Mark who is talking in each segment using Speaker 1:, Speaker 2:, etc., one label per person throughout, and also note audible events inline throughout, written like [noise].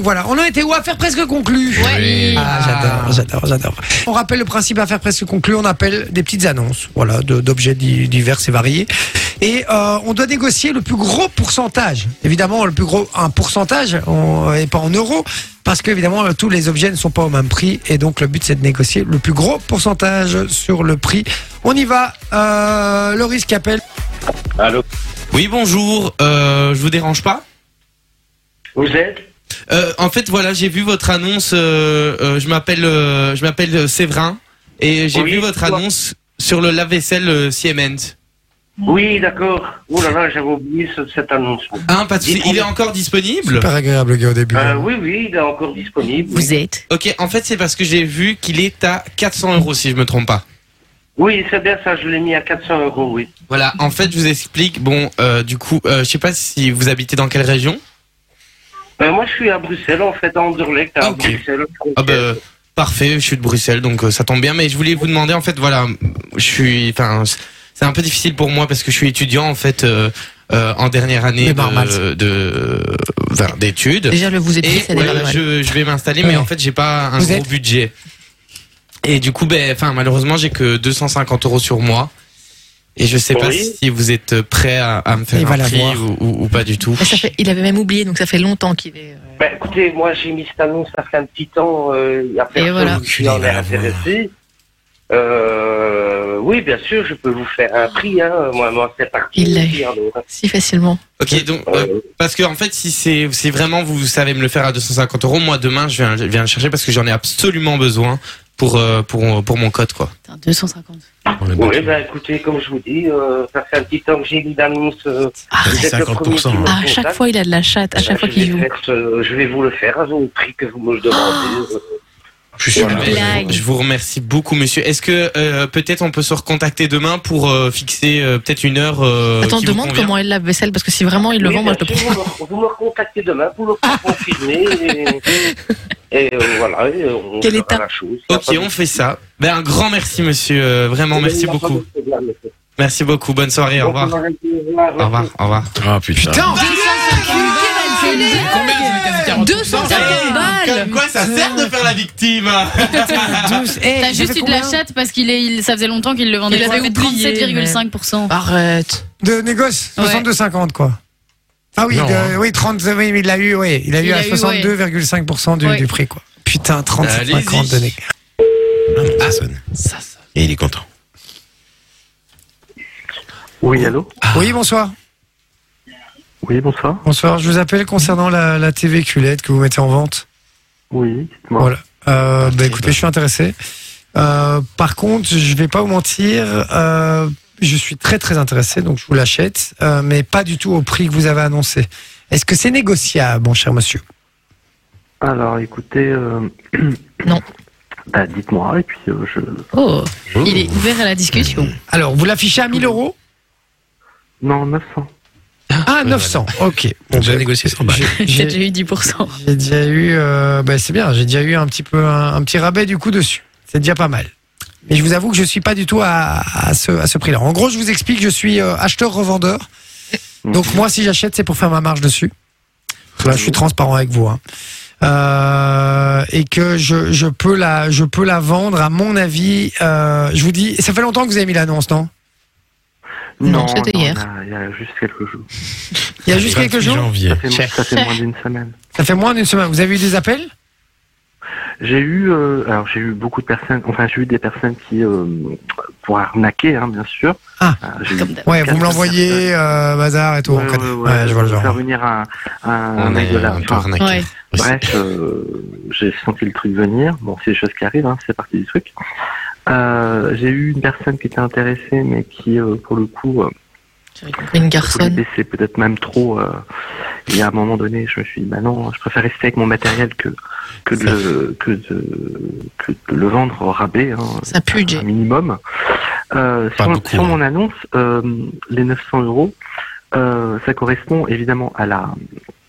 Speaker 1: voilà, on en était où Affaire presque conclue.
Speaker 2: Oui.
Speaker 1: Ah, j'adore, j'adore, j'adore. On rappelle le principe affaire presque conclue, on appelle des petites annonces, voilà, de- d'objets di- divers et variés. Et euh, on doit négocier le plus gros pourcentage. Évidemment, le plus gros, un pourcentage, on- et pas en euros, parce qu'évidemment, euh, tous les objets ne sont pas au même prix. Et donc, le but, c'est de négocier le plus gros pourcentage sur le prix. On y va. Euh, Loris qui appelle.
Speaker 3: Allô
Speaker 4: Oui, bonjour. Euh, je vous dérange pas
Speaker 3: Vous êtes
Speaker 4: Euh, En fait, voilà, j'ai vu votre annonce. euh, euh, je m'appelle, euh, je m'appelle euh, Séverin et j'ai
Speaker 3: Oui,
Speaker 4: vu votre
Speaker 3: toi.
Speaker 4: annonce sur le lave-vaisselle euh, Siemens.
Speaker 3: Oui, d'accord. Oh là là, j'avais oublié ce- cette annonce.
Speaker 4: Hein, pas de souci.
Speaker 3: Dites-moi.
Speaker 4: Il est encore disponible.
Speaker 1: Super agréable, le gars, au début.
Speaker 3: Euh, oui, oui, il est encore disponible.
Speaker 2: Vous êtes
Speaker 4: Ok. En fait, c'est parce que j'ai vu qu'il est à 400 euros, si je me trompe pas.
Speaker 3: Oui, c'est bien ça, je l'ai mis à 400 euros, oui.
Speaker 4: Voilà. En fait, je vous explique. Bon, euh, du coup, euh, je sais pas si vous habitez dans quelle région.
Speaker 3: Euh, moi, je suis à Bruxelles, en fait, à Anderlecht, à
Speaker 4: Ah, ok.
Speaker 3: Bruxelles. Euh,
Speaker 4: Ah bah, parfait, je suis de Bruxelles, donc euh, ça tombe bien. Mais je voulais vous demander, en fait, voilà, je suis, enfin, c- c'est un peu difficile pour moi parce que je suis étudiant, en fait, euh, euh, en dernière année
Speaker 1: C'est normal,
Speaker 4: de, de- enfin, d'études.
Speaker 2: Déjà, le vous êtes
Speaker 4: Et
Speaker 2: pris, ça
Speaker 4: voilà,
Speaker 2: démarre mal.
Speaker 4: je, je vais m'installer,
Speaker 1: Ouais.
Speaker 4: mais en fait, j'ai pas un
Speaker 1: Vous
Speaker 4: gros
Speaker 1: êtes
Speaker 4: budget. Et du coup, ben, enfin, malheureusement, j'ai que 250 euros sur moi. Et je sais pas
Speaker 3: Oui.
Speaker 4: si vous êtes prêt à, à me
Speaker 1: Il
Speaker 4: faire
Speaker 1: va
Speaker 4: un prix
Speaker 1: l'avoir.
Speaker 4: ou, ou- ou pas du tout.
Speaker 2: Ah, ça fait- Il avait même oublié, donc ça fait longtemps qu'il est. euh,
Speaker 3: Bah, écoutez, moi, j'ai mis cette annonce, ça fait un petit temps, euh, il y a personne
Speaker 2: voilà.
Speaker 3: qui en est intéressé. Euh, oui, bien sûr, je peux vous faire un prix, hein. Moi, moi c'est parti.
Speaker 2: Il l'a eu.
Speaker 3: Alors,
Speaker 2: Si facilement.
Speaker 4: Ok, donc, euh,
Speaker 3: euh,
Speaker 4: Parce que en fait, si c'est si vraiment vous savez me le faire à 250 euros, moi demain je viens, je viens le chercher parce que j'en ai absolument besoin pour euh, pour pour mon code quoi.
Speaker 2: Putain, 250.
Speaker 3: oui, bah, écoutez, comme je vous dis, euh, ça fait un petit temps que j'ai mis l'annonce. euh,
Speaker 2: Ah,
Speaker 3: vous êtes le premier qui
Speaker 5: 50%,
Speaker 3: me
Speaker 2: à chaque
Speaker 3: contacte.
Speaker 2: fois, il a de la chatte, à chaque
Speaker 3: Bah,
Speaker 2: fois
Speaker 3: je
Speaker 2: qu'il
Speaker 3: vais
Speaker 2: joue.
Speaker 3: faire ce- je vais vous le faire au prix que vous me le demandez.
Speaker 2: Ah,
Speaker 5: Je suis sûr.
Speaker 4: Mais
Speaker 2: blague.
Speaker 4: Je vous remercie beaucoup, monsieur. Est-ce que euh, peut-être on peut se recontacter demain pour euh, fixer euh, peut-être une heure euh,
Speaker 2: Attends,
Speaker 4: qui vous
Speaker 2: demande
Speaker 4: convient
Speaker 2: comment elle lave vaisselle, parce que si vraiment il le
Speaker 3: Oui,
Speaker 2: vend, moi je
Speaker 3: bien
Speaker 2: le prends. Ah.
Speaker 3: sûr, vous, me, vous me recontactez demain, vous me confirmez. Et, et, euh, voilà, et on
Speaker 2: Quel
Speaker 3: fera
Speaker 2: état
Speaker 3: la chose.
Speaker 4: Ok, on fait ça. Ben un grand merci, monsieur. euh, vraiment, merci beaucoup. Merci beaucoup. Bonne soirée. Au revoir. Au revoir. Au revoir.
Speaker 5: Ah putain.
Speaker 1: Putain,
Speaker 6: Combien
Speaker 2: 250 balles
Speaker 4: quoi ça sert de faire la victime
Speaker 5: Ah,
Speaker 1: douce. Eh,
Speaker 6: T'as
Speaker 1: ça
Speaker 6: juste
Speaker 1: fait
Speaker 6: eu de la
Speaker 1: combien
Speaker 6: chatte parce qu'il est, il- ça faisait longtemps qu'il le vendait.
Speaker 2: Il
Speaker 6: Ça
Speaker 2: avait
Speaker 6: fait
Speaker 2: oublié,
Speaker 6: 37,5%.
Speaker 2: Arrête.
Speaker 1: De négoce
Speaker 6: Ouais.
Speaker 1: 62,50 quoi. Ah oui,
Speaker 5: Non,
Speaker 1: de-
Speaker 5: hein.
Speaker 1: oui, 30, oui, mais il l'a eu, oui. Il a
Speaker 6: Il
Speaker 1: eu à
Speaker 6: a eu,
Speaker 1: 62,5% du,
Speaker 6: Ouais.
Speaker 1: du prix, quoi. Putain, 30,50
Speaker 4: Allez-y.
Speaker 1: de négoce.
Speaker 5: ça sonne.
Speaker 2: Ça, ça.
Speaker 5: Et il est content.
Speaker 3: Oui, allô
Speaker 5: Ah.
Speaker 1: Oui, bonsoir.
Speaker 3: Oui, bonsoir.
Speaker 1: Bonsoir, je vous appelle concernant la, la TV culette que vous mettez en vente.
Speaker 3: Oui, dites-moi.
Speaker 1: Voilà.
Speaker 5: Ah,
Speaker 1: Euh, bah, écoutez, je suis intéressé. Euh, par contre, je vais pas vous mentir, euh, je suis très très intéressé, donc je vous l'achète, euh, mais pas du tout au prix que vous avez annoncé. Est-ce que c'est négociable, mon cher monsieur
Speaker 3: Alors, écoutez...
Speaker 2: Non.
Speaker 3: Bah, dites-moi, et puis je...
Speaker 2: Oh,
Speaker 1: Ah.
Speaker 2: il est ouvert à la
Speaker 6: [laughs]
Speaker 2: discussion.
Speaker 1: Alors, vous l'affichez à 1000 euros
Speaker 3: Non, 900.
Speaker 1: Ah, 900, ok.
Speaker 5: On doit
Speaker 1: bah,
Speaker 5: négocier 100 balles.
Speaker 1: j'ai-
Speaker 2: J'ai
Speaker 1: j'ai-
Speaker 5: [laughs]
Speaker 2: déjà eu 10%.
Speaker 1: J'ai déjà eu, euh, bah, c'est bien, j'ai déjà eu un petit peu un, un petit rabais du coup dessus. C'est déjà pas mal. Mais je vous avoue que je suis pas du tout à, à ce, à ce prix-là. En gros, je vous explique, je suis euh, acheteur-revendeur. Donc moi, si j'achète, c'est pour faire ma marge dessus. Là, je suis transparent avec vous. hein. Euh, et que je, je peux la je peux la vendre à mon avis. euh, je vous dis, ça fait longtemps que vous avez mis l'annonce, non
Speaker 2: Non, c'était hier.
Speaker 3: Il y a- il y a juste quelques jours.
Speaker 1: Il y a juste quelques
Speaker 5: 28
Speaker 1: jours.
Speaker 5: janvier.
Speaker 3: Ça fait,
Speaker 4: Cher.
Speaker 3: ça fait moins d'une semaine.
Speaker 1: Ça fait moins d'une semaine. Vous avez eu des appels
Speaker 3: Euh, J'ai eu, euh, alors j'ai eu beaucoup de personnes, enfin j'ai eu des personnes qui, euh, pour arnaquer, hein, bien sûr.
Speaker 1: Ah.
Speaker 3: Euh, j'ai eu
Speaker 2: Comme d'hab.
Speaker 1: Ouais,
Speaker 3: quatre
Speaker 1: vous me l'envoyez, euh, bazar et tout. on
Speaker 3: Ouais,
Speaker 1: connaît.
Speaker 3: ouais, ouais,
Speaker 1: Ouais, je vois le
Speaker 3: Faire
Speaker 1: genre.
Speaker 3: venir un, un,
Speaker 4: On
Speaker 3: mec
Speaker 4: est
Speaker 3: de la.
Speaker 4: un peu
Speaker 3: Enfin,
Speaker 4: arnaqué.
Speaker 2: Ouais.
Speaker 3: bref, euh, j'ai senti le truc venir. Bon, c'est des choses qui arrivent, hein, c'est partie du truc. Euh, j'ai eu une personne qui était intéressée, mais qui, euh, pour le coup, euh,
Speaker 2: J'avais compris une
Speaker 3: voulait
Speaker 2: garçonne.
Speaker 3: baisser peut-être même trop. Euh, et à un moment donné, je me suis dit, bah non, je préfère rester avec mon matériel que que de le, que de que de le vendre au rabais. Hein,
Speaker 2: Ça pue, Jay.
Speaker 3: un minimum. Euh,
Speaker 5: Pas
Speaker 3: sur,
Speaker 5: beaucoup,
Speaker 3: sur
Speaker 5: hein.
Speaker 3: mon annonce, euh, les 900 euros, euh, ça correspond évidemment à la,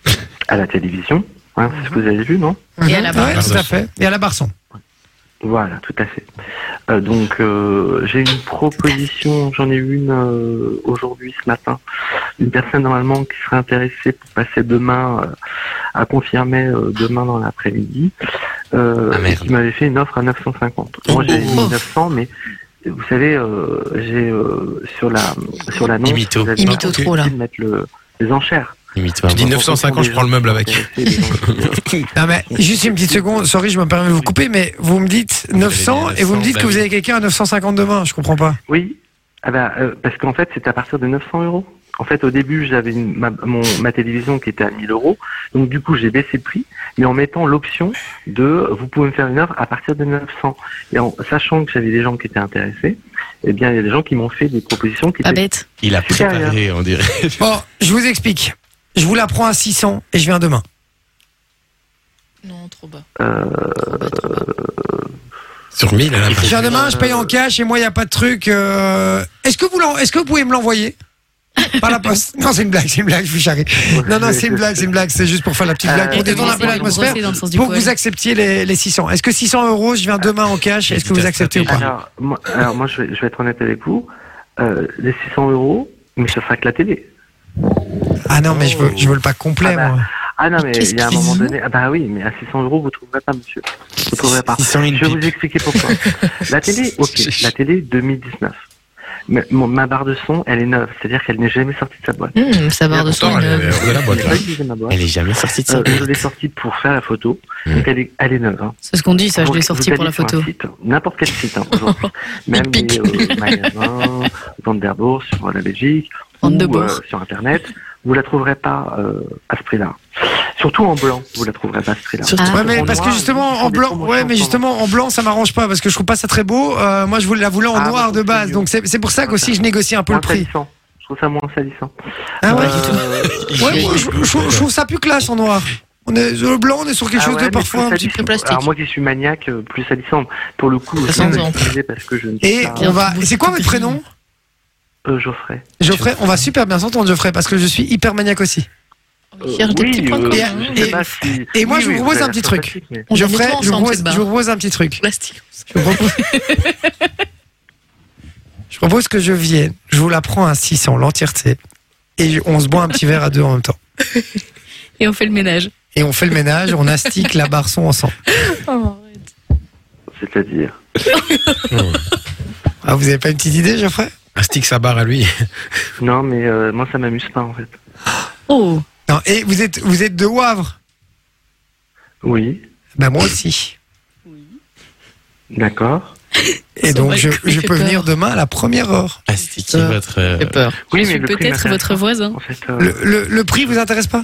Speaker 5: Mhm.
Speaker 3: à la télévision. Hein, c'est ce que vous avez vu, non
Speaker 2: Et à la
Speaker 1: Mhm. Ouais,
Speaker 5: barre.
Speaker 1: tout à fait. Et à la Barson.
Speaker 3: Voilà, tout à fait. Euh, donc euh, j'ai une proposition, j'en ai une euh, aujourd'hui ce matin. Une personne normalement qui serait intéressée pour passer demain euh, à confirmer euh, demain dans l'après-midi, euh,
Speaker 4: Ah, merde.
Speaker 3: qui m'avait fait une offre à 950.
Speaker 5: Oh,
Speaker 3: Moi j'avais mis 900, mais vous savez, euh, j'ai euh, sur la sur l'annonce,
Speaker 4: Des mythos.
Speaker 3: vous avez
Speaker 2: Il m'imite
Speaker 3: marqué
Speaker 2: trop là.
Speaker 3: de mettre le, les enchères.
Speaker 4: Limite,
Speaker 5: Je dis
Speaker 3: En
Speaker 5: 950, je
Speaker 3: fonction
Speaker 5: prends le
Speaker 3: des
Speaker 5: meuble
Speaker 3: gens
Speaker 5: avec.
Speaker 3: qui
Speaker 5: [laughs]
Speaker 3: étaient intéressés, les gens qui, euh,
Speaker 1: Non, mais juste une petite seconde, sorry, je me permets de vous couper, mais vous me dites
Speaker 4: Vous avez
Speaker 1: 900
Speaker 4: dit
Speaker 1: et vous me
Speaker 4: 900,
Speaker 1: dites que
Speaker 4: bah
Speaker 1: vous
Speaker 4: oui.
Speaker 1: avez quelqu'un à 950 demain, je comprends pas.
Speaker 3: Oui, ah bah, euh, parce qu'en fait, c'était à partir de 900 euros. En fait, au début, j'avais une- ma, mon- ma télévision qui était à 1000 euros. Donc, du coup, j'ai baissé le prix, mais en mettant l'option de euh, vous pouvez me faire une offre à partir de 900. Et en sachant que j'avais des gens qui étaient intéressés, eh bien, il y a des gens qui m'ont fait des propositions qui
Speaker 2: Ah
Speaker 6: Pas
Speaker 3: étaient.
Speaker 6: bête.
Speaker 4: Il a
Speaker 3: Supérieur.
Speaker 4: préparé, on dirait.
Speaker 1: [laughs] Bon, je vous explique. Je vous la prends à 600 et je viens demain.
Speaker 4: Ah,
Speaker 2: Non, trop bas.
Speaker 3: euh,
Speaker 2: Trop bas, trop bas.
Speaker 5: Sur 1000, elle
Speaker 4: bah,
Speaker 5: a
Speaker 1: Je
Speaker 5: l'impression.
Speaker 1: viens demain, je paye en cash et moi, il n'y a pas de truc. euh, Est-ce que, vous l'en- est-ce que vous pouvez me l'envoyer Par la poste Non, c'est une blague, c'est une blague, je suis charré. Non, non, c'est une blague, c'est une blague, c'est juste pour faire la petite blague,
Speaker 3: Euh,
Speaker 1: pour détendre un peu
Speaker 6: Essayer de
Speaker 1: l'atmosphère.
Speaker 6: brosser dans le sens du
Speaker 1: Pour que
Speaker 6: poil.
Speaker 1: vous acceptiez les, les 600. Est-ce que 600 euros, je viens demain en cash, est-ce que vous acceptez ou pas
Speaker 3: alors, moi, alors, moi, je vais, je vais être honnête avec vous. Euh, les 600 euros, mais ce sera que la télé.
Speaker 1: Ah non, mais je veux, je veux le pack complet,
Speaker 3: Ah bah,
Speaker 1: moi.
Speaker 3: Ah non, mais
Speaker 2: Qu'est-ce
Speaker 3: il y a un
Speaker 2: qu'ils
Speaker 3: moment
Speaker 2: ont
Speaker 3: donné. Ah bah oui, mais à 600 euros, vous trouverez pas, monsieur. Vous trouverez pas.
Speaker 4: 600 une
Speaker 3: Je vais vous
Speaker 4: pipe.
Speaker 3: expliquer pourquoi. la télé, ok, la télé 2019. Mais mon- ma barre de son, elle est neuve, c'est-à-dire qu'elle n'est jamais sortie de sa boîte.
Speaker 2: Hum, ça barre de son.
Speaker 5: Attends, elle
Speaker 2: une-
Speaker 5: est hors de la boîte
Speaker 3: Elle n'a
Speaker 5: là.
Speaker 3: pas utilisé ma boîte.
Speaker 4: Elle est jamais sortie de ça.
Speaker 3: Euh, je l'ai sortie pour faire la photo, donc elle est, elle est neuve. hein.
Speaker 6: C'est ce qu'on dit, ça, je
Speaker 3: Donc,
Speaker 6: l'ai
Speaker 3: vous
Speaker 6: sorti
Speaker 3: allez
Speaker 6: pour la
Speaker 3: sur un
Speaker 6: photo.
Speaker 3: site, N'importe quel site, hein,
Speaker 6: [laughs]
Speaker 3: aujourd'hui. même les
Speaker 2: pique.
Speaker 3: euh, magasins, Vanderbourg, sur la Belgique, ou,
Speaker 6: Vanderbourg.
Speaker 3: euh, sur Internet, vous la trouverez pas euh, à ce prix-là. Surtout en blanc, vous la trouverez pas à ce prix-là.
Speaker 2: Ah.
Speaker 1: Ouais, mais
Speaker 3: En
Speaker 1: parce que
Speaker 3: noir,
Speaker 1: justement
Speaker 3: ils font
Speaker 1: en
Speaker 3: des
Speaker 1: blanc,
Speaker 3: promotions
Speaker 1: ouais, mais
Speaker 3: en
Speaker 1: justement en blanc, ça m'arrange pas parce que je trouve pas ça très beau. Euh, moi, je voulais la voulais en
Speaker 3: Ah, moi,
Speaker 1: noir
Speaker 3: je
Speaker 1: de
Speaker 3: trouve ça
Speaker 1: base,
Speaker 3: mieux.
Speaker 1: donc c'est c'est
Speaker 3: Ah,
Speaker 1: pour ça
Speaker 3: bah.
Speaker 1: qu'aussi je négocie un peu le
Speaker 3: Moins
Speaker 1: prix.
Speaker 3: salissant. Je trouve ça moins salissant.
Speaker 1: Ah ouais.
Speaker 3: Euh,
Speaker 1: Ouais, moi, je, je- je trouve ça plus classe en noir. On est sur le blanc, on est sur quelque
Speaker 3: ah
Speaker 1: chose
Speaker 3: ouais,
Speaker 1: de
Speaker 3: mais
Speaker 1: parfois un
Speaker 3: plus
Speaker 1: petit
Speaker 3: salissant.
Speaker 2: plastique.
Speaker 3: Alors moi qui suis maniaque, euh, plus salissant. Pour le coup, je
Speaker 2: sent
Speaker 3: suis
Speaker 2: en-
Speaker 3: excusé parce que je ne suis
Speaker 1: Et
Speaker 3: pas
Speaker 1: on va. C'est quoi votre prénom
Speaker 3: euh, Geoffrey.
Speaker 1: Geoffrey, on va super bien s'entendre Geoffrey parce que je suis hyper maniaque aussi.
Speaker 2: On cherche des petits points de
Speaker 3: euh,
Speaker 1: Et-
Speaker 2: commun.
Speaker 3: je sais
Speaker 1: et-
Speaker 3: pas si-
Speaker 1: et moi, je vous
Speaker 3: avez
Speaker 1: propose un
Speaker 3: l'air
Speaker 1: petit truc.
Speaker 3: sympathique, mais-
Speaker 2: On est
Speaker 1: Geoffrey,
Speaker 2: tous
Speaker 1: je vous,
Speaker 2: ensemble,
Speaker 1: propose,
Speaker 2: cette barre.
Speaker 1: je vous propose un petit truc.
Speaker 2: Plastique.
Speaker 1: Je vous propose, [laughs] Je propose que je vienne, je vous la prends à 600 l'entièreté et on se boit un petit verre à deux en même temps.
Speaker 2: Et on fait le ménage.
Speaker 1: Et on fait le ménage, on astique la barre son ensemble.
Speaker 3: C'est-à-dire.
Speaker 1: Ah, vous avez pas une petite idée, Geoffrey
Speaker 5: Un stick, sa barre à
Speaker 4: [laughs]
Speaker 5: lui.
Speaker 3: Non, mais euh, moi ça m'amuse pas en fait.
Speaker 2: Oh,
Speaker 1: Non, et vous êtes, vous êtes de Wavre
Speaker 3: Oui,
Speaker 1: Bah, moi aussi.
Speaker 3: d'accord.
Speaker 1: Et
Speaker 2: Son
Speaker 1: donc, je,
Speaker 2: balcon
Speaker 1: je
Speaker 2: fait
Speaker 1: peux venir
Speaker 2: peur.
Speaker 1: demain à la première heure.
Speaker 4: Ah, c'est qui votre. euh,
Speaker 2: peur.
Speaker 3: Oui,
Speaker 6: je suis
Speaker 3: le prix
Speaker 6: peut-être
Speaker 3: m'intéresse
Speaker 6: votre
Speaker 3: pas,
Speaker 6: voisin.
Speaker 3: En fait, euh,
Speaker 1: Le, le, le prix vous intéresse pas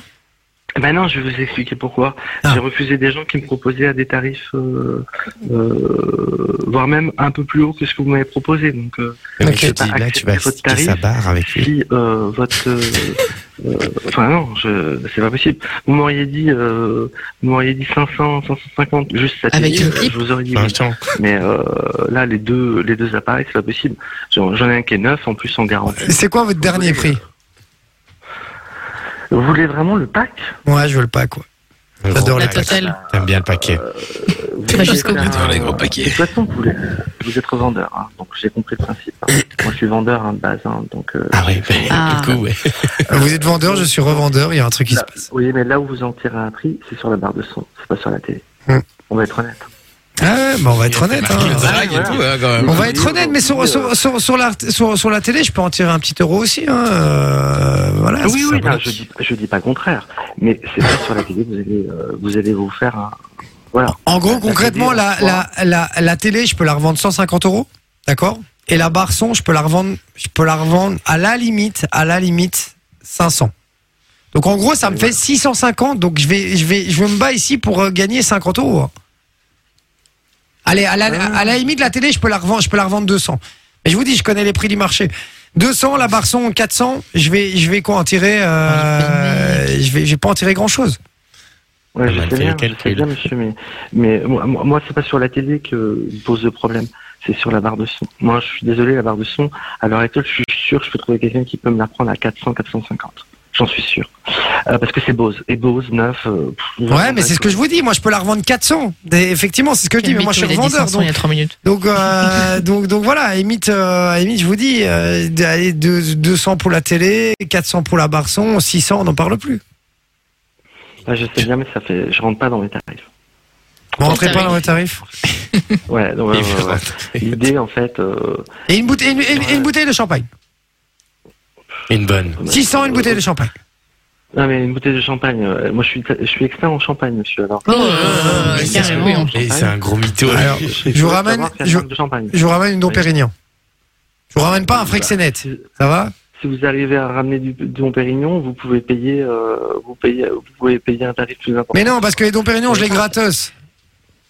Speaker 3: Ben non, je vais vous expliquer pourquoi.
Speaker 1: Ah.
Speaker 3: J'ai refusé des gens qui me proposaient à des tarifs, euh, euh, voire même un peu plus haut que ce que vous m'avez proposé. Donc, euh,
Speaker 4: mais
Speaker 1: Ok.
Speaker 4: je te dis, là, tu vas
Speaker 3: Acceptez votre
Speaker 4: sticker sa
Speaker 3: tarif.
Speaker 4: barre avec lui.
Speaker 3: si euh, votre, euh, euh, enfin non, je, c'est pas possible. Vous m'auriez dit, euh, vous m'auriez dit 500, 550, juste ça.
Speaker 2: Avec une pipe
Speaker 3: je vous aurais dit.
Speaker 4: Enfin,
Speaker 3: oui.
Speaker 4: attends.
Speaker 3: Mais euh, là, les deux, les deux appareils, c'est pas possible. J'en j'en ai un qui est neuf, en plus en garantie.
Speaker 1: C'est quoi votre dernier prix
Speaker 3: Vous voulez vraiment le pack
Speaker 1: Moi, je veux le pas, quoi. J'adore
Speaker 2: La
Speaker 1: les paquets.
Speaker 2: totale.
Speaker 4: T'aimes bien le paquet.
Speaker 3: Euh, Vous
Speaker 2: Pas
Speaker 3: voulez
Speaker 2: jusqu'au
Speaker 3: faire
Speaker 2: bout.
Speaker 3: un-
Speaker 5: Dans les gros paquets.
Speaker 3: De toute façon, vous, voulez- vous êtes vendeur, hein, donc j'ai compris le principe. hein. Moi, je suis vendeur hein, de base, hein, donc. euh,
Speaker 4: Ah oui, ben,
Speaker 6: Ah.
Speaker 4: du coup, ouais.
Speaker 1: Vous êtes vendeur, je suis revendeur, il y a un truc qui se
Speaker 3: là-
Speaker 1: passe.
Speaker 3: oui, mais là où vous en tirez un prix, c'est sur la barre de son, c'est pas sur la télé.
Speaker 1: Hmm.
Speaker 3: On va être honnête.
Speaker 1: Ah, ouais, bah, on va être honnête.
Speaker 5: Marqué
Speaker 1: hein.
Speaker 5: une drague et tout, hein, quand même.
Speaker 1: On va être honnête, mais sur, sur, sur, sur la, sur, sur la télé, je peux en tirer un petit euro aussi. Hein. euh, voilà,
Speaker 3: oui,
Speaker 1: c'est
Speaker 3: oui,
Speaker 1: ça,
Speaker 3: non, je dis, je dis pas le contraire, mais c'est pas sur la télé que vous allez, euh, vous allez vous faire un. Voilà.
Speaker 1: En gros,
Speaker 3: La
Speaker 1: concrètement,
Speaker 3: télé,
Speaker 1: la, hein,
Speaker 3: en soi.
Speaker 1: la, la, la télé, je peux la revendre 150 euros, d'accord Et la barre son, je peux la revendre, je peux la revendre à la limite, à la limite 500. Donc en gros, ça me fait 650. Donc je vais, je vais, je vais me bats ici pour euh, gagner 50 euros. hein. Allez, à la, à la limite, la télé, je peux la revendre, je peux la revendre 200. Mais je vous dis, je connais les prix du marché. 200, la barre son 400. Je vais, je vais quoi en tirer euh, Je vais, je vais pas en tirer grand chose. Ah,
Speaker 3: Ouais,
Speaker 4: Pas
Speaker 3: je
Speaker 4: mal
Speaker 3: sais
Speaker 4: fait
Speaker 3: bien,
Speaker 4: le
Speaker 3: je
Speaker 4: calcul.
Speaker 3: sais bien, monsieur, mais, mais moi, moi, moi, c'est pas sur la télé que il pose le problème, c'est sur la barre de son. Moi, je suis désolé, la barre de son, à l'heure actuelle, je suis sûr que je peux trouver quelqu'un qui peut me la prendre à 400, 450. J'en suis sûr. euh, parce que c'est Bose. Et Bose, neuf. euh, pff,
Speaker 1: Ouais,
Speaker 3: vraiment,
Speaker 1: mais c'est ce que je vous dis. Moi, je peux la revendre 400. Des- Effectivement, c'est ce que je dis. Mais moi, je suis
Speaker 2: Il a dit
Speaker 1: revendeur.
Speaker 2: 500 il
Speaker 1: Donc,
Speaker 2: y a 3 minutes.
Speaker 1: donc, euh, donc, donc voilà. À limite, euh, à limite, je vous dis, euh, allez, deux- 200 pour la télé, 400 pour la Barson, 600, on n'en parle plus.
Speaker 3: Ouais, Ah, je sais bien, mais ça fait, je rentre pas dans les tarifs.
Speaker 1: Vous rentrez pas
Speaker 6: tarif.
Speaker 1: dans les tarifs.
Speaker 3: Ouais, donc, ouais,
Speaker 5: Il fait
Speaker 3: ouais, ouais. L'idée, en fait. euh,
Speaker 1: Et une bouteille, une, une- une bouteille de champagne.
Speaker 5: Une bonne.
Speaker 1: 600, une
Speaker 3: euh,
Speaker 1: bouteille de champagne.
Speaker 3: Non, mais une bouteille de champagne. euh, moi, je suis, je suis expert en champagne, monsieur. Alors.
Speaker 6: Oh,
Speaker 2: euh,
Speaker 6: oui,
Speaker 2: carrément.
Speaker 6: oui,
Speaker 5: Et c'est un gros mytho.
Speaker 1: Alors, je vous ramène,
Speaker 3: Savoir s'il y a
Speaker 1: je,
Speaker 3: une marque de champagne.
Speaker 1: je vous ramène une Dom
Speaker 3: Oui.
Speaker 1: Pérignon. Je vous ramène pas un Frexenet. Ça va?
Speaker 3: Si vous arrivez à ramener du, du Dom Pérignon, vous pouvez payer, euh, vous payez, vous pouvez payer un tarif plus important.
Speaker 1: Mais non, parce que les Dom Pérignon, je les gratos.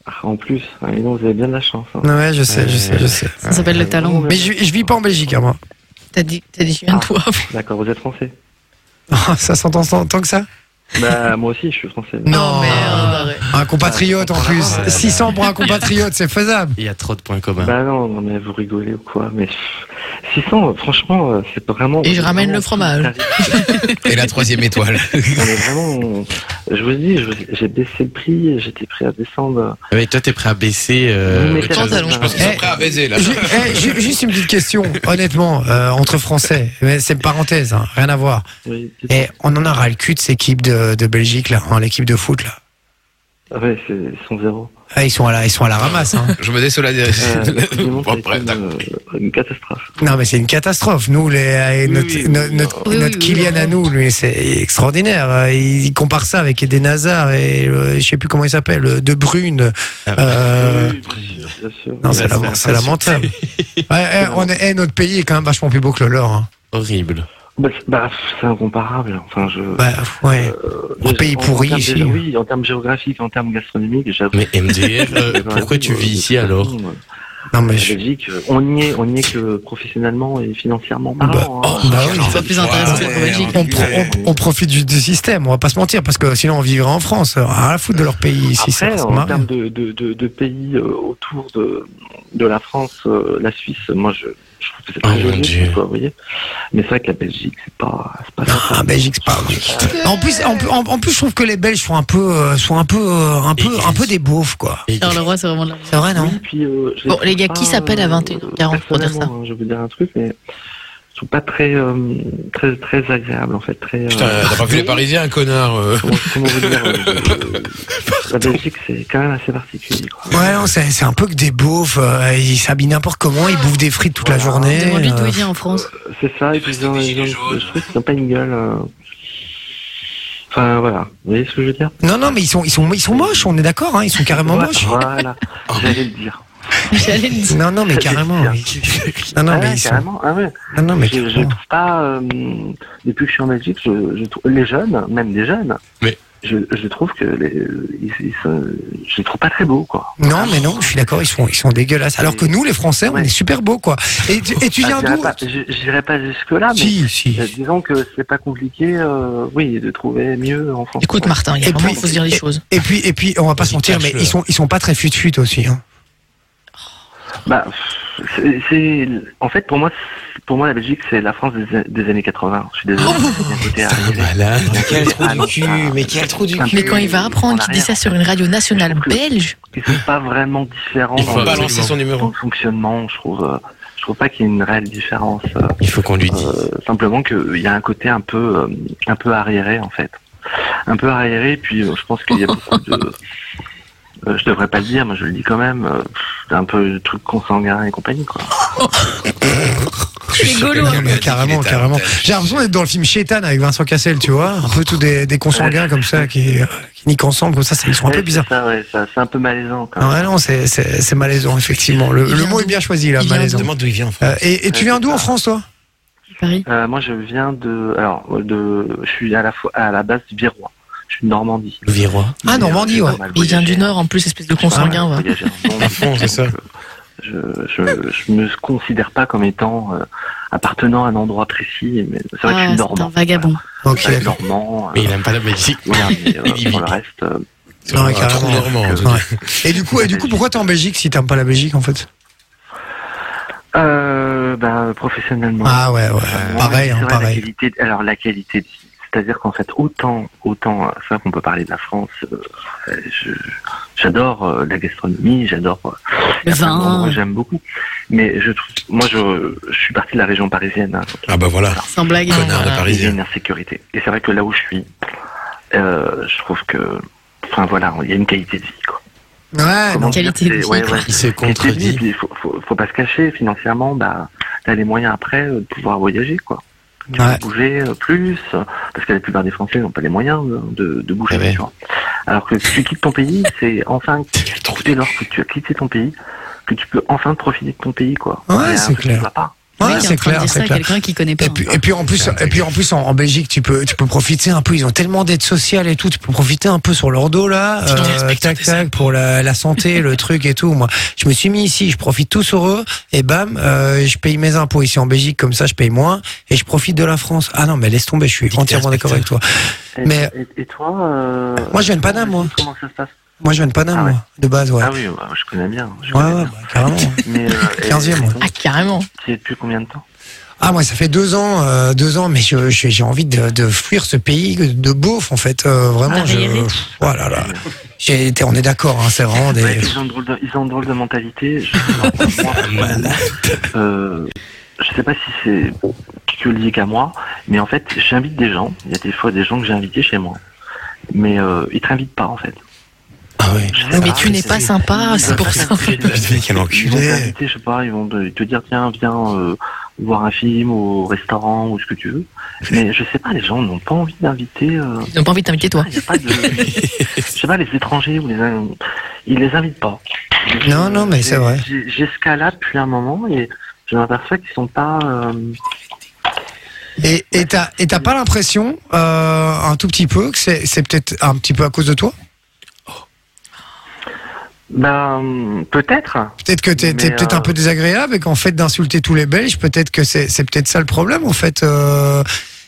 Speaker 3: Ah, en plus, hein, mais non, vous avez bien de la chance. hein. Ah, euh,
Speaker 1: Ouais, je sais, je sais, je sais.
Speaker 6: Ça s'appelle le talent.
Speaker 1: Mais je, je vis pas en Belgique, hein, moi. [laughs]
Speaker 2: T'as dit, t'as dit, je viens de toi.
Speaker 3: D'accord, vous êtes français.
Speaker 1: Ça s'entend tant tant que ça?
Speaker 3: bah, [laughs] moi aussi, je suis français.
Speaker 1: Non,
Speaker 2: euh,
Speaker 1: Ah
Speaker 2: merde.
Speaker 1: Un compatriote en plus.
Speaker 6: Ah,
Speaker 1: 600 pour un compatriote, c'est faisable.
Speaker 5: Il y a trop de points communs.
Speaker 3: Bah non, non, mais vous rigolez ou quoi Mais pff, 600, euh, franchement, euh, c'est pas vraiment.
Speaker 2: Et je ramène le fromage.
Speaker 5: Et la troisième étoile.
Speaker 3: On est vraiment, je vous dis, je- j'ai baissé le prix, j'étais prêt à descendre.
Speaker 4: Mais Ah toi, t'es prêt à baisser. euh,
Speaker 3: Vous mettez
Speaker 4: autre
Speaker 3: la
Speaker 4: chose.
Speaker 2: pantalon.
Speaker 4: Je pense
Speaker 3: euh,
Speaker 4: qu'ils
Speaker 1: Eh.
Speaker 4: sont prêts à baiser là.
Speaker 1: Ju- eh, ju- juste une petite question, honnêtement, euh, entre Français, mais c'est une parenthèse, hein, rien à voir.
Speaker 3: Oui, c'est-
Speaker 1: Et on en a ras le cul de cette équipe de, de Belgique là, hein, l'équipe de foot là.
Speaker 3: Ah ouais, c'est ils sont
Speaker 4: [laughs]
Speaker 3: zéro.
Speaker 1: Ah, ils sont à la, ils sont à la ramasse.
Speaker 6: [laughs]
Speaker 1: hein.
Speaker 5: Je me désolidarise.
Speaker 3: Euh, évidemment, ça a
Speaker 5: Bon,
Speaker 3: été
Speaker 5: après,
Speaker 3: une,
Speaker 5: d'accord.
Speaker 3: euh, une catastrophe.
Speaker 1: Non mais c'est une catastrophe. Nous les, euh, notre, no- notre,
Speaker 6: Oui, oui,
Speaker 1: notre
Speaker 6: oui,
Speaker 1: Kylian
Speaker 6: oui.
Speaker 1: à nous, lui, c'est extraordinaire. Euh, Il compare ça avec Eden Hazard et euh, je sais plus comment il s'appelle, euh, De Bruyne. euh,
Speaker 3: Bien sûr.
Speaker 1: non c'est
Speaker 5: Ouais,
Speaker 1: la-
Speaker 5: c'est
Speaker 1: c'est
Speaker 6: [laughs]
Speaker 1: lamentable. Ouais, eh, on est, eh, notre pays est quand même vachement plus beau que le leur. hein.
Speaker 5: Horrible.
Speaker 3: Bah, c'est- bah, pff, c'est incomparable. Enfin, je.
Speaker 1: Bah, ouais.
Speaker 3: déjà,
Speaker 1: pays
Speaker 3: en- en
Speaker 1: pourri
Speaker 3: termes de-
Speaker 1: ici.
Speaker 3: oui, en termes géographiques, en termes gastronomiques, j'avoue.
Speaker 5: Mais MDR, [laughs] euh,
Speaker 3: J'avoue,
Speaker 5: pourquoi tu
Speaker 3: euh,
Speaker 5: vis ici alors
Speaker 3: franchement, euh,
Speaker 1: Non mais
Speaker 3: La
Speaker 1: je-
Speaker 3: Belgique, euh, on y est, on y est que professionnellement et financièrement
Speaker 5: Ah
Speaker 1: Bah,
Speaker 3: parlant.
Speaker 5: oh,
Speaker 3: hein.
Speaker 1: bah oui.
Speaker 6: C'est pas plus intéressant que la Belgique.
Speaker 3: ah,
Speaker 1: on, pro- on- on profite du, du système, on va pas se mentir, parce que sinon on vivrait en France. Alors, Rien à foutre de leur pays ici, ça,
Speaker 3: Après,
Speaker 1: ça
Speaker 3: en
Speaker 1: marche.
Speaker 3: termes de, de, de, de pays euh, autour de, de la France, euh, la Suisse, moi je, je trouve que c'est très
Speaker 5: Oh mon Dieu.
Speaker 3: joli, quoi, vous voyez. Mais c'est vrai que la Belgique, c'est pas, c'est pas.
Speaker 1: Ah, Belgique, c'est pas En plus, en, plus- en- en plus, je trouve que les Belges sont un peu, euh, sont un peu, euh, un peu, un peu des beaufs, quoi.
Speaker 5: Et-
Speaker 6: Charles Leroy, c'est vraiment de la merde.
Speaker 1: C'est vrai, non
Speaker 3: Oui, puis, euh, je
Speaker 2: Bon,
Speaker 3: trouve
Speaker 2: les gars,
Speaker 3: pas,
Speaker 2: qui s'appelle à
Speaker 3: euh,
Speaker 2: 21h40 pour dire ça
Speaker 3: personnellement, hein, Je vais vous dire un truc, mais je trouve pas très, euh, très, très agréable en fait. Très, euh,
Speaker 5: Putain, t'as pas vu les Parisiens, connard [laughs] euh.
Speaker 3: comment, comment vous dire euh,
Speaker 1: [laughs]
Speaker 3: je- La Belgique, c'est quand même assez particulier. Quoi.
Speaker 1: Ouais, non, c'est c'est un peu que des beaufs. euh, ils s'habillent n'importe comment, ils bouffent des frites toute la
Speaker 3: Voilà.
Speaker 1: journée.
Speaker 6: Demande-lui d'où
Speaker 1: euh,
Speaker 6: il vient
Speaker 2: [laughs]
Speaker 6: en France.
Speaker 3: C'est ça, et puis ils ont, ils ont- je trouve qu'ils ont pas une gueule. euh. Enfin voilà, vous voyez ce que je veux dire
Speaker 1: euh. Non, non, mais ils sont, ils sont, ils sont moches. On est d'accord, hein, ils sont carrément
Speaker 3: Ouais,
Speaker 1: moches. [laughs]
Speaker 3: Voilà,
Speaker 1: Ah,
Speaker 3: j'allais le dire.
Speaker 6: J'allais le dire.
Speaker 1: Non, non,
Speaker 3: [laughs]
Speaker 1: mais carrément. Non, non,
Speaker 3: ah
Speaker 1: mais
Speaker 3: ouais,
Speaker 1: ils sont.
Speaker 3: carrément. Ah ouais.
Speaker 1: Non, non, mais
Speaker 3: je, je
Speaker 1: carrément.
Speaker 3: trouve pas. euh, depuis que je suis en Belgique, je, je trouve les jeunes, même les jeunes.
Speaker 5: Mais-
Speaker 3: Je, je trouve que les, ils, ils sont- je les trouve pas très beaux quoi.
Speaker 1: Non, mais non, je suis d'accord, ils sont, ils sont dégueulasses. Alors que nous, les Français, on
Speaker 3: Ouais.
Speaker 1: est super beaux, quoi. Et, tu- et tu
Speaker 3: Ah,
Speaker 1: viens
Speaker 3: j'irai
Speaker 1: d'où
Speaker 3: pas- je- J'irai pas jusque là, mais
Speaker 1: Si, si.
Speaker 3: euh, disons que c'est pas compliqué, euh, oui, de trouver mieux en France.
Speaker 2: Écoute, Martin, il y a
Speaker 1: Et
Speaker 2: vraiment,
Speaker 1: puis-
Speaker 2: faut se dire les choses.
Speaker 1: Et puis, et puis, on va pas se mentir, mais
Speaker 5: cache-le.
Speaker 1: ils sont, ils sont pas très fut-fut aussi. Hein.
Speaker 3: Bah, c'est- c'est en fait pour moi, c'est- pour moi la Belgique c'est la France des, des années 80. Je suis désolé. Il y a un côté arriéré.
Speaker 5: Malade.
Speaker 3: Quel trou du cul, mais quel trou du
Speaker 2: Mais quand il va apprendre qu'il dit ça sur une radio nationale
Speaker 3: Je trouve que-
Speaker 2: belge,
Speaker 3: Ils sont pas vraiment différents.
Speaker 5: Il
Speaker 3: dans
Speaker 5: faut
Speaker 3: le-
Speaker 5: balancer son
Speaker 3: dans le
Speaker 5: numéro.
Speaker 3: fonctionnement, je trouve. euh, Je trouve pas qu'il y ait une réelle différence. euh,
Speaker 5: Il faut qu'on lui dise.
Speaker 3: euh, simplement qu'il y a un côté un peu, euh, un peu arriéré en fait, un peu arriéré. Puis euh, je pense qu'il y a beaucoup de, euh, je devrais pas le dire, mais je le dis quand même. euh, pff, un peu le truc consanguin et compagnie quoi.
Speaker 5: Je suis sûr que
Speaker 1: Non,
Speaker 5: quelqu'un lui a
Speaker 1: mais
Speaker 5: dit
Speaker 1: carrément,
Speaker 5: qu'il était
Speaker 1: carrément.
Speaker 5: attaché.
Speaker 1: J'ai l'impression d'être dans le film Chétan avec Vincent Cassel, tu vois. Un peu tous des, des consanguins comme ça qui, euh, qui niquent ensemble, comme ça, c'est- ils sont un
Speaker 3: Ouais,
Speaker 1: peu
Speaker 3: c'est
Speaker 1: bizarres.
Speaker 3: ça, ouais, ça- c'est un peu malaisant quand même.
Speaker 1: Non, ouais, non, c'est- c'est c'est malaisant, effectivement. Le, le mot est bien choisi, là,
Speaker 2: Il vient
Speaker 1: malaisant.
Speaker 5: Demande d'où il vient en France.
Speaker 1: Euh, et, et tu viens d'où en France, toi
Speaker 6: Paris.
Speaker 3: Euh, moi, je viens de. Alors, de. Je suis à la fois à la base du Virois. Je suis de Normandie.
Speaker 5: Le Virois.
Speaker 1: Ah, Normandie, ouais.
Speaker 2: il vient du
Speaker 3: hein.
Speaker 2: Nord en plus, espèce de
Speaker 3: Ah,
Speaker 1: Ah,
Speaker 2: consanguin,
Speaker 1: hein.
Speaker 2: va.
Speaker 5: À fond, c'est ça.
Speaker 3: euh, Je, je, je me considère pas comme étant euh, appartenant à un endroit précis, mais c'est vrai
Speaker 6: Ah,
Speaker 3: que je suis
Speaker 6: c'est un
Speaker 3: normand.
Speaker 6: vagabond.
Speaker 1: Ok,
Speaker 3: Je suis
Speaker 1: d'accord.
Speaker 3: normand. euh,
Speaker 5: Mais il aime pas la Belgique.
Speaker 3: voilà, mais, euh,
Speaker 5: [laughs] Il
Speaker 3: pour
Speaker 5: vit.
Speaker 3: le reste, euh,
Speaker 5: C'est un
Speaker 1: Ouais,
Speaker 5: trou
Speaker 1: carrément.
Speaker 5: normand.
Speaker 1: Ouais. Et du coup, et du coup, pourquoi t'es en Belgique si t'aimes pas la Belgique, en fait
Speaker 3: euh, bah, professionnellement.
Speaker 1: Ah ouais, ouais.
Speaker 3: Euh,
Speaker 1: Pareil,
Speaker 3: c'est
Speaker 1: hein,
Speaker 3: vrai, La
Speaker 1: pareil.
Speaker 3: qualité, alors la qualité de vie, C'est-à-dire qu'en fait, autant, autant, ça qu'on peut parler de la France, euh, je- j'adore euh, la gastronomie, j'adore euh,
Speaker 6: Le
Speaker 3: il y a plein d'endroits
Speaker 6: vin,
Speaker 3: que j'aime beaucoup. Mais je trouve, moi, je, je suis parti de la région parisienne, hein,
Speaker 5: Ah bah voilà,
Speaker 6: sans blague.
Speaker 2: Connard.
Speaker 5: connard de
Speaker 2: Voilà.
Speaker 3: il y a
Speaker 5: parisien.
Speaker 3: une insécurité. Et c'est vrai que là où je suis, euh, je trouve que, enfin voilà, il y a une qualité de vie. Quoi.
Speaker 1: Ouais,
Speaker 3: Comment
Speaker 1: non.
Speaker 3: dire,
Speaker 6: Ah, Qualité de
Speaker 3: c'est-
Speaker 6: vie,
Speaker 3: ouais,
Speaker 6: quoi.
Speaker 3: ouais.
Speaker 5: Il s'est
Speaker 3: Qualité de vie,
Speaker 5: contredit.
Speaker 3: puis faut, faut, faut pas se cacher financièrement, bah t'as les moyens après euh, de pouvoir voyager quoi. Tu
Speaker 1: Ouais.
Speaker 3: peux bouger euh, plus, euh, parce que la plupart des Français n'ont pas les moyens euh, de, de bouger.
Speaker 1: Ah
Speaker 5: Eh ben.
Speaker 3: tu vois. Alors que si tu quittes ton pays, c'est enfin
Speaker 1: [laughs]
Speaker 3: dès lors que tu as quitté ton pays, que tu peux enfin profiter de ton pays quoi.
Speaker 1: Ouais,
Speaker 3: Il y a un
Speaker 1: c'est
Speaker 3: truc qui
Speaker 1: clair.
Speaker 3: va pas.
Speaker 6: Le
Speaker 1: Ouais,
Speaker 6: mec est
Speaker 1: c'est
Speaker 6: en train de
Speaker 1: clair,
Speaker 6: dire ça
Speaker 1: c'est
Speaker 6: à
Speaker 1: clair.
Speaker 6: quelqu'un qui connaît pas.
Speaker 1: Et puis, et puis en plus, et puis en plus en, en Belgique, tu peux, tu peux profiter un peu. Ils ont tellement d'aides sociales et tout. Tu peux profiter un peu sur leur dos là. euh,
Speaker 2: Putain, respecte
Speaker 1: tac
Speaker 2: tes
Speaker 1: tac pour la, la
Speaker 6: [laughs]
Speaker 1: santé, le truc et tout. Moi, je me suis mis ici. Je profite tout sur eux et bam, euh, je paye mes impôts ici en Belgique comme ça, je paye moins et je profite de la France. Ah non, mais laisse tomber. Je suis entièrement d'accord avec toi.
Speaker 3: Et,
Speaker 1: Mais-
Speaker 3: et, et toi euh,
Speaker 1: Moi, je viens de Paname, moi.
Speaker 3: Comment ça se passe
Speaker 1: Moi, je viens de Paname,
Speaker 3: Ah ouais.
Speaker 1: moi, de base, ouais.
Speaker 3: Ah oui, bah, je connais bien. Je
Speaker 1: Ouais,
Speaker 3: connais
Speaker 1: ouais,
Speaker 3: bien.
Speaker 1: bah, carrément.
Speaker 3: Mais, euh,
Speaker 1: [laughs]
Speaker 3: et-
Speaker 1: 15e, moi.
Speaker 3: et donc,
Speaker 2: Ah, carrément.
Speaker 3: tu y es depuis combien de temps
Speaker 1: Ah moi ça fait deux ans, euh, deux ans, mais je- je- j'ai envie de, de fuir ce pays de beauf en fait, euh, vraiment. Je,
Speaker 6: Arriéré.
Speaker 1: pff, oh là là, j'ai été, on est d'accord, hein, c'est vraiment des.
Speaker 3: Ouais, ils, ont une drôle de, ils ont une drôle de mentalité. Je, moi, euh, je sais pas si c'est que lié qu'à moi, mais en fait, j'invite des gens. Il y a des fois des gens que j'ai invités chez moi. Mais euh, ils ne t'invitent pas, en fait.
Speaker 5: Ah ouais.
Speaker 3: Je sais
Speaker 2: Mais tu
Speaker 3: c'est-
Speaker 2: n'es pas sympa, c'est pour ça.
Speaker 5: Putain, quel
Speaker 3: Ils vont
Speaker 5: enculé.
Speaker 3: t'inviter, je sais pas, ils vont te, te dire, tiens, viens euh, voir un film au restaurant ou ce que tu veux. Mais je sais pas, les gens n'ont pas envie d'inviter... euh,
Speaker 2: Ils n'ont pas envie de t'inviter, toi.
Speaker 3: Il y a
Speaker 1: [laughs]
Speaker 3: pas de... Je sais pas, les étrangers, ou les... ils les invitent pas.
Speaker 1: Non, non, mais
Speaker 3: J'ai-
Speaker 1: c'est vrai.
Speaker 3: j'ai- J'escalade depuis un moment et je m'aperçois qu'ils sont pas. euh,
Speaker 1: Et et t'as et t'as pas l'impression euh, un tout petit peu que c'est c'est peut-être un petit peu à cause de toi.
Speaker 3: Ben, peut-être.
Speaker 1: Peut-être que t'es
Speaker 3: Mais,
Speaker 1: t'es peut-être
Speaker 3: euh,
Speaker 1: un peu désagréable et qu'en fait d'insulter tous les Belges, peut-être que c'est c'est peut-être ça le problème en fait. euh,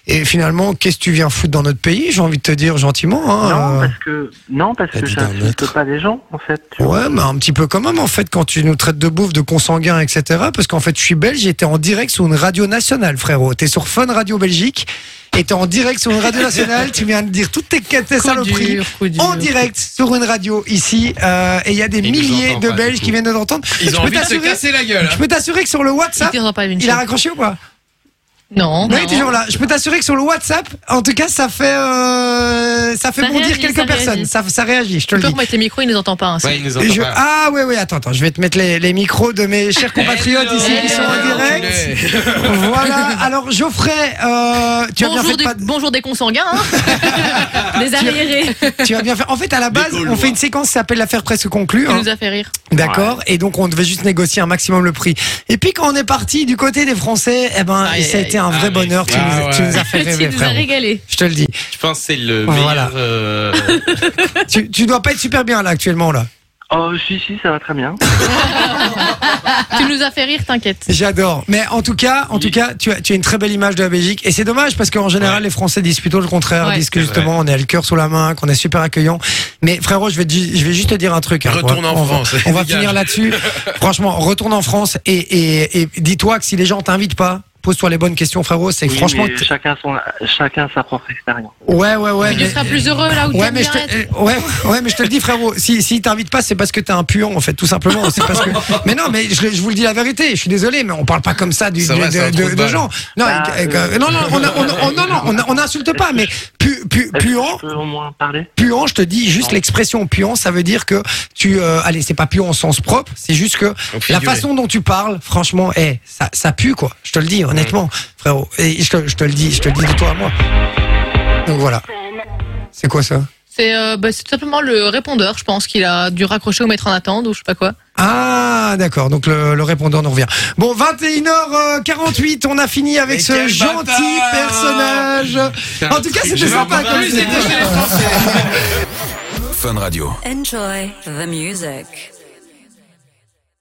Speaker 1: et finalement, qu'est-ce que tu viens foutre dans notre pays J'ai envie de te dire gentiment. Hein,
Speaker 3: non,
Speaker 1: euh.
Speaker 3: parce que non, parce
Speaker 5: t'as
Speaker 3: que
Speaker 5: dit d'un
Speaker 3: j'insulte
Speaker 5: autre.
Speaker 3: pas les gens en fait. tu vois.
Speaker 1: Ouais, mais un petit peu quand même, en fait, quand tu nous traites de bouffe, de consanguin, etc. Parce qu'en fait, je suis belge, j'étais en direct sur une radio nationale, frérot. T'es sur Fun Radio Belgique, et t'es en direct sur une radio nationale, tu viens de dire toutes tes, tes saloperies. En direct sur une radio ici, euh, et il y a des
Speaker 5: Il nous
Speaker 1: milliers
Speaker 5: entend
Speaker 1: de
Speaker 5: pas, du
Speaker 1: Belges
Speaker 5: coup.
Speaker 1: qui viennent de t'entendre.
Speaker 5: Ils
Speaker 1: Je peux
Speaker 5: ont envie de se
Speaker 1: t'assurer-
Speaker 5: casser la gueule.
Speaker 1: Je
Speaker 5: hein.
Speaker 1: peux t'assurer que sur le WhatsApp,
Speaker 2: Il pas une
Speaker 1: il a
Speaker 2: chose.
Speaker 1: raccroché ou pas
Speaker 2: Non.
Speaker 1: Non, il est toujours là. Je peux t'assurer que sur le WhatsApp, en tout cas, ça fait euh, ça fait
Speaker 6: Ça
Speaker 1: bondir
Speaker 6: réagit,
Speaker 1: quelques
Speaker 6: ça
Speaker 1: personnes.
Speaker 6: réagit.
Speaker 1: Ça, ça réagit. Je te
Speaker 2: Tu
Speaker 1: le
Speaker 2: peux
Speaker 1: dis.
Speaker 2: remettre les micros, il ne nous entend pas. hein, c'est-
Speaker 4: Ouais, il nous
Speaker 1: Et
Speaker 4: entend
Speaker 1: je-
Speaker 4: pas.
Speaker 1: Ah ouais ouais attends attends je vais te mettre les, les micros de mes
Speaker 5: [laughs]
Speaker 1: chers compatriotes ici qui sont en
Speaker 5: Ah, Enculé.
Speaker 1: direct. Voilà alors Geoffrey euh, tu as bien
Speaker 2: Bonjour,
Speaker 1: fait de
Speaker 2: des...
Speaker 1: pas-
Speaker 2: Bonjour des consanguins. hein.
Speaker 6: Les arriérés.
Speaker 1: tu as bien fait en fait à la base on
Speaker 5: Gaulois.
Speaker 1: fait une séquence qui s'appelle l'affaire presque conclue
Speaker 2: Tu
Speaker 1: hein.
Speaker 2: nous a fait rire.
Speaker 1: d'accord et donc on devait juste négocier un maximum le prix et puis quand on est parti du côté des Français eh ben
Speaker 2: Aïe,
Speaker 1: ça a
Speaker 2: aïe,
Speaker 1: été un vrai
Speaker 4: Ah,
Speaker 1: bonheur
Speaker 4: mais-
Speaker 1: tu,
Speaker 5: Ah
Speaker 1: nous, tu
Speaker 5: ouais.
Speaker 1: nous as
Speaker 2: [laughs]
Speaker 1: fait rêver
Speaker 6: Tu nous as
Speaker 1: frère
Speaker 6: régalé.
Speaker 1: je te le dis
Speaker 4: Je pense que c'est le meilleur.
Speaker 1: Voilà.
Speaker 4: euh,
Speaker 1: tu, tu dois pas être super bien là actuellement là
Speaker 3: Oh, si, si, ça va très bien.
Speaker 2: Tu nous as fait rire, t'inquiète.
Speaker 1: J'adore. Mais en tout cas, en tout cas, tu as, tu as une très belle image de la Belgique. Et c'est dommage parce qu'en général, les Français disent plutôt le contraire.
Speaker 2: Ouais.
Speaker 1: disent que
Speaker 4: C'est
Speaker 1: justement, on est à le cœur sous la main, qu'on est super accueillant. Mais frérot, je vais, te ju- je vais juste te dire un truc. hein.
Speaker 5: Retourne
Speaker 1: On va-
Speaker 5: en
Speaker 1: on va-
Speaker 5: France.
Speaker 1: On va
Speaker 5: Dégage.
Speaker 1: finir là-dessus. Franchement, retourne en France et, et, et dis-toi que si les gens t'invitent pas, pose-toi les bonnes questions, frérot. C'est que
Speaker 3: Oui,
Speaker 1: franchement.
Speaker 3: mais
Speaker 1: t-
Speaker 3: chacun son, chacun sa propre expérience.
Speaker 1: Ouais, ouais, ouais.
Speaker 2: Tu
Speaker 1: mais-
Speaker 2: seras plus heureux là où tu
Speaker 1: Ouais mais,
Speaker 2: bien
Speaker 1: je te,
Speaker 2: être.
Speaker 1: euh, ouais, ouais, mais je te le dis, frérot. Si, si t'invite pas, c'est parce que t'es un puant, en fait, tout simplement. C'est parce que. Mais non, mais je, le- je vous le dis la vérité. Je suis désolé, mais on parle pas comme ça du,
Speaker 5: Ça
Speaker 1: du-
Speaker 5: va, c'est un
Speaker 1: de,
Speaker 5: trou
Speaker 1: de-
Speaker 5: de
Speaker 1: de
Speaker 5: balle.
Speaker 1: gens. Non,
Speaker 3: Bah,
Speaker 1: euh,
Speaker 3: euh,
Speaker 1: euh, non, non, on, a- on, on- non, non, on a- on insulte pas, mais pu, pu,
Speaker 3: Est-ce que
Speaker 1: puant,
Speaker 3: tu peux au moins parler
Speaker 1: puant, je te dis juste l'expression puant, ça veut dire que tu, euh, allez, c'est pas puant en sens propre, c'est juste que la
Speaker 5: Enculé.
Speaker 1: façon dont tu parles, franchement, eh, ça, ça pue quoi. Je te le
Speaker 5: Mm.
Speaker 1: dis honnêtement, frérot. Et je te, je te le dis, je te le dis de toi à moi. Donc voilà. C'est quoi ça?
Speaker 2: C'est euh, bah, c'est tout simplement le répondeur, je pense, qu'il a dû raccrocher ou mettre en attente ou je sais pas quoi.
Speaker 1: Ah, d'accord. Donc le, le répondeur nous revient. Bon, 21h48, euh, on a fini avec
Speaker 5: Mais
Speaker 1: ce
Speaker 5: quel
Speaker 1: gentil
Speaker 5: bâtard
Speaker 1: personnage.
Speaker 4: c'est un
Speaker 1: En tout cas,
Speaker 4: truc-
Speaker 1: c'était
Speaker 4: Je vais
Speaker 1: sympa
Speaker 4: en
Speaker 1: comme
Speaker 4: parler.
Speaker 1: c'était.
Speaker 7: Fun Radio.
Speaker 8: Enjoy the music.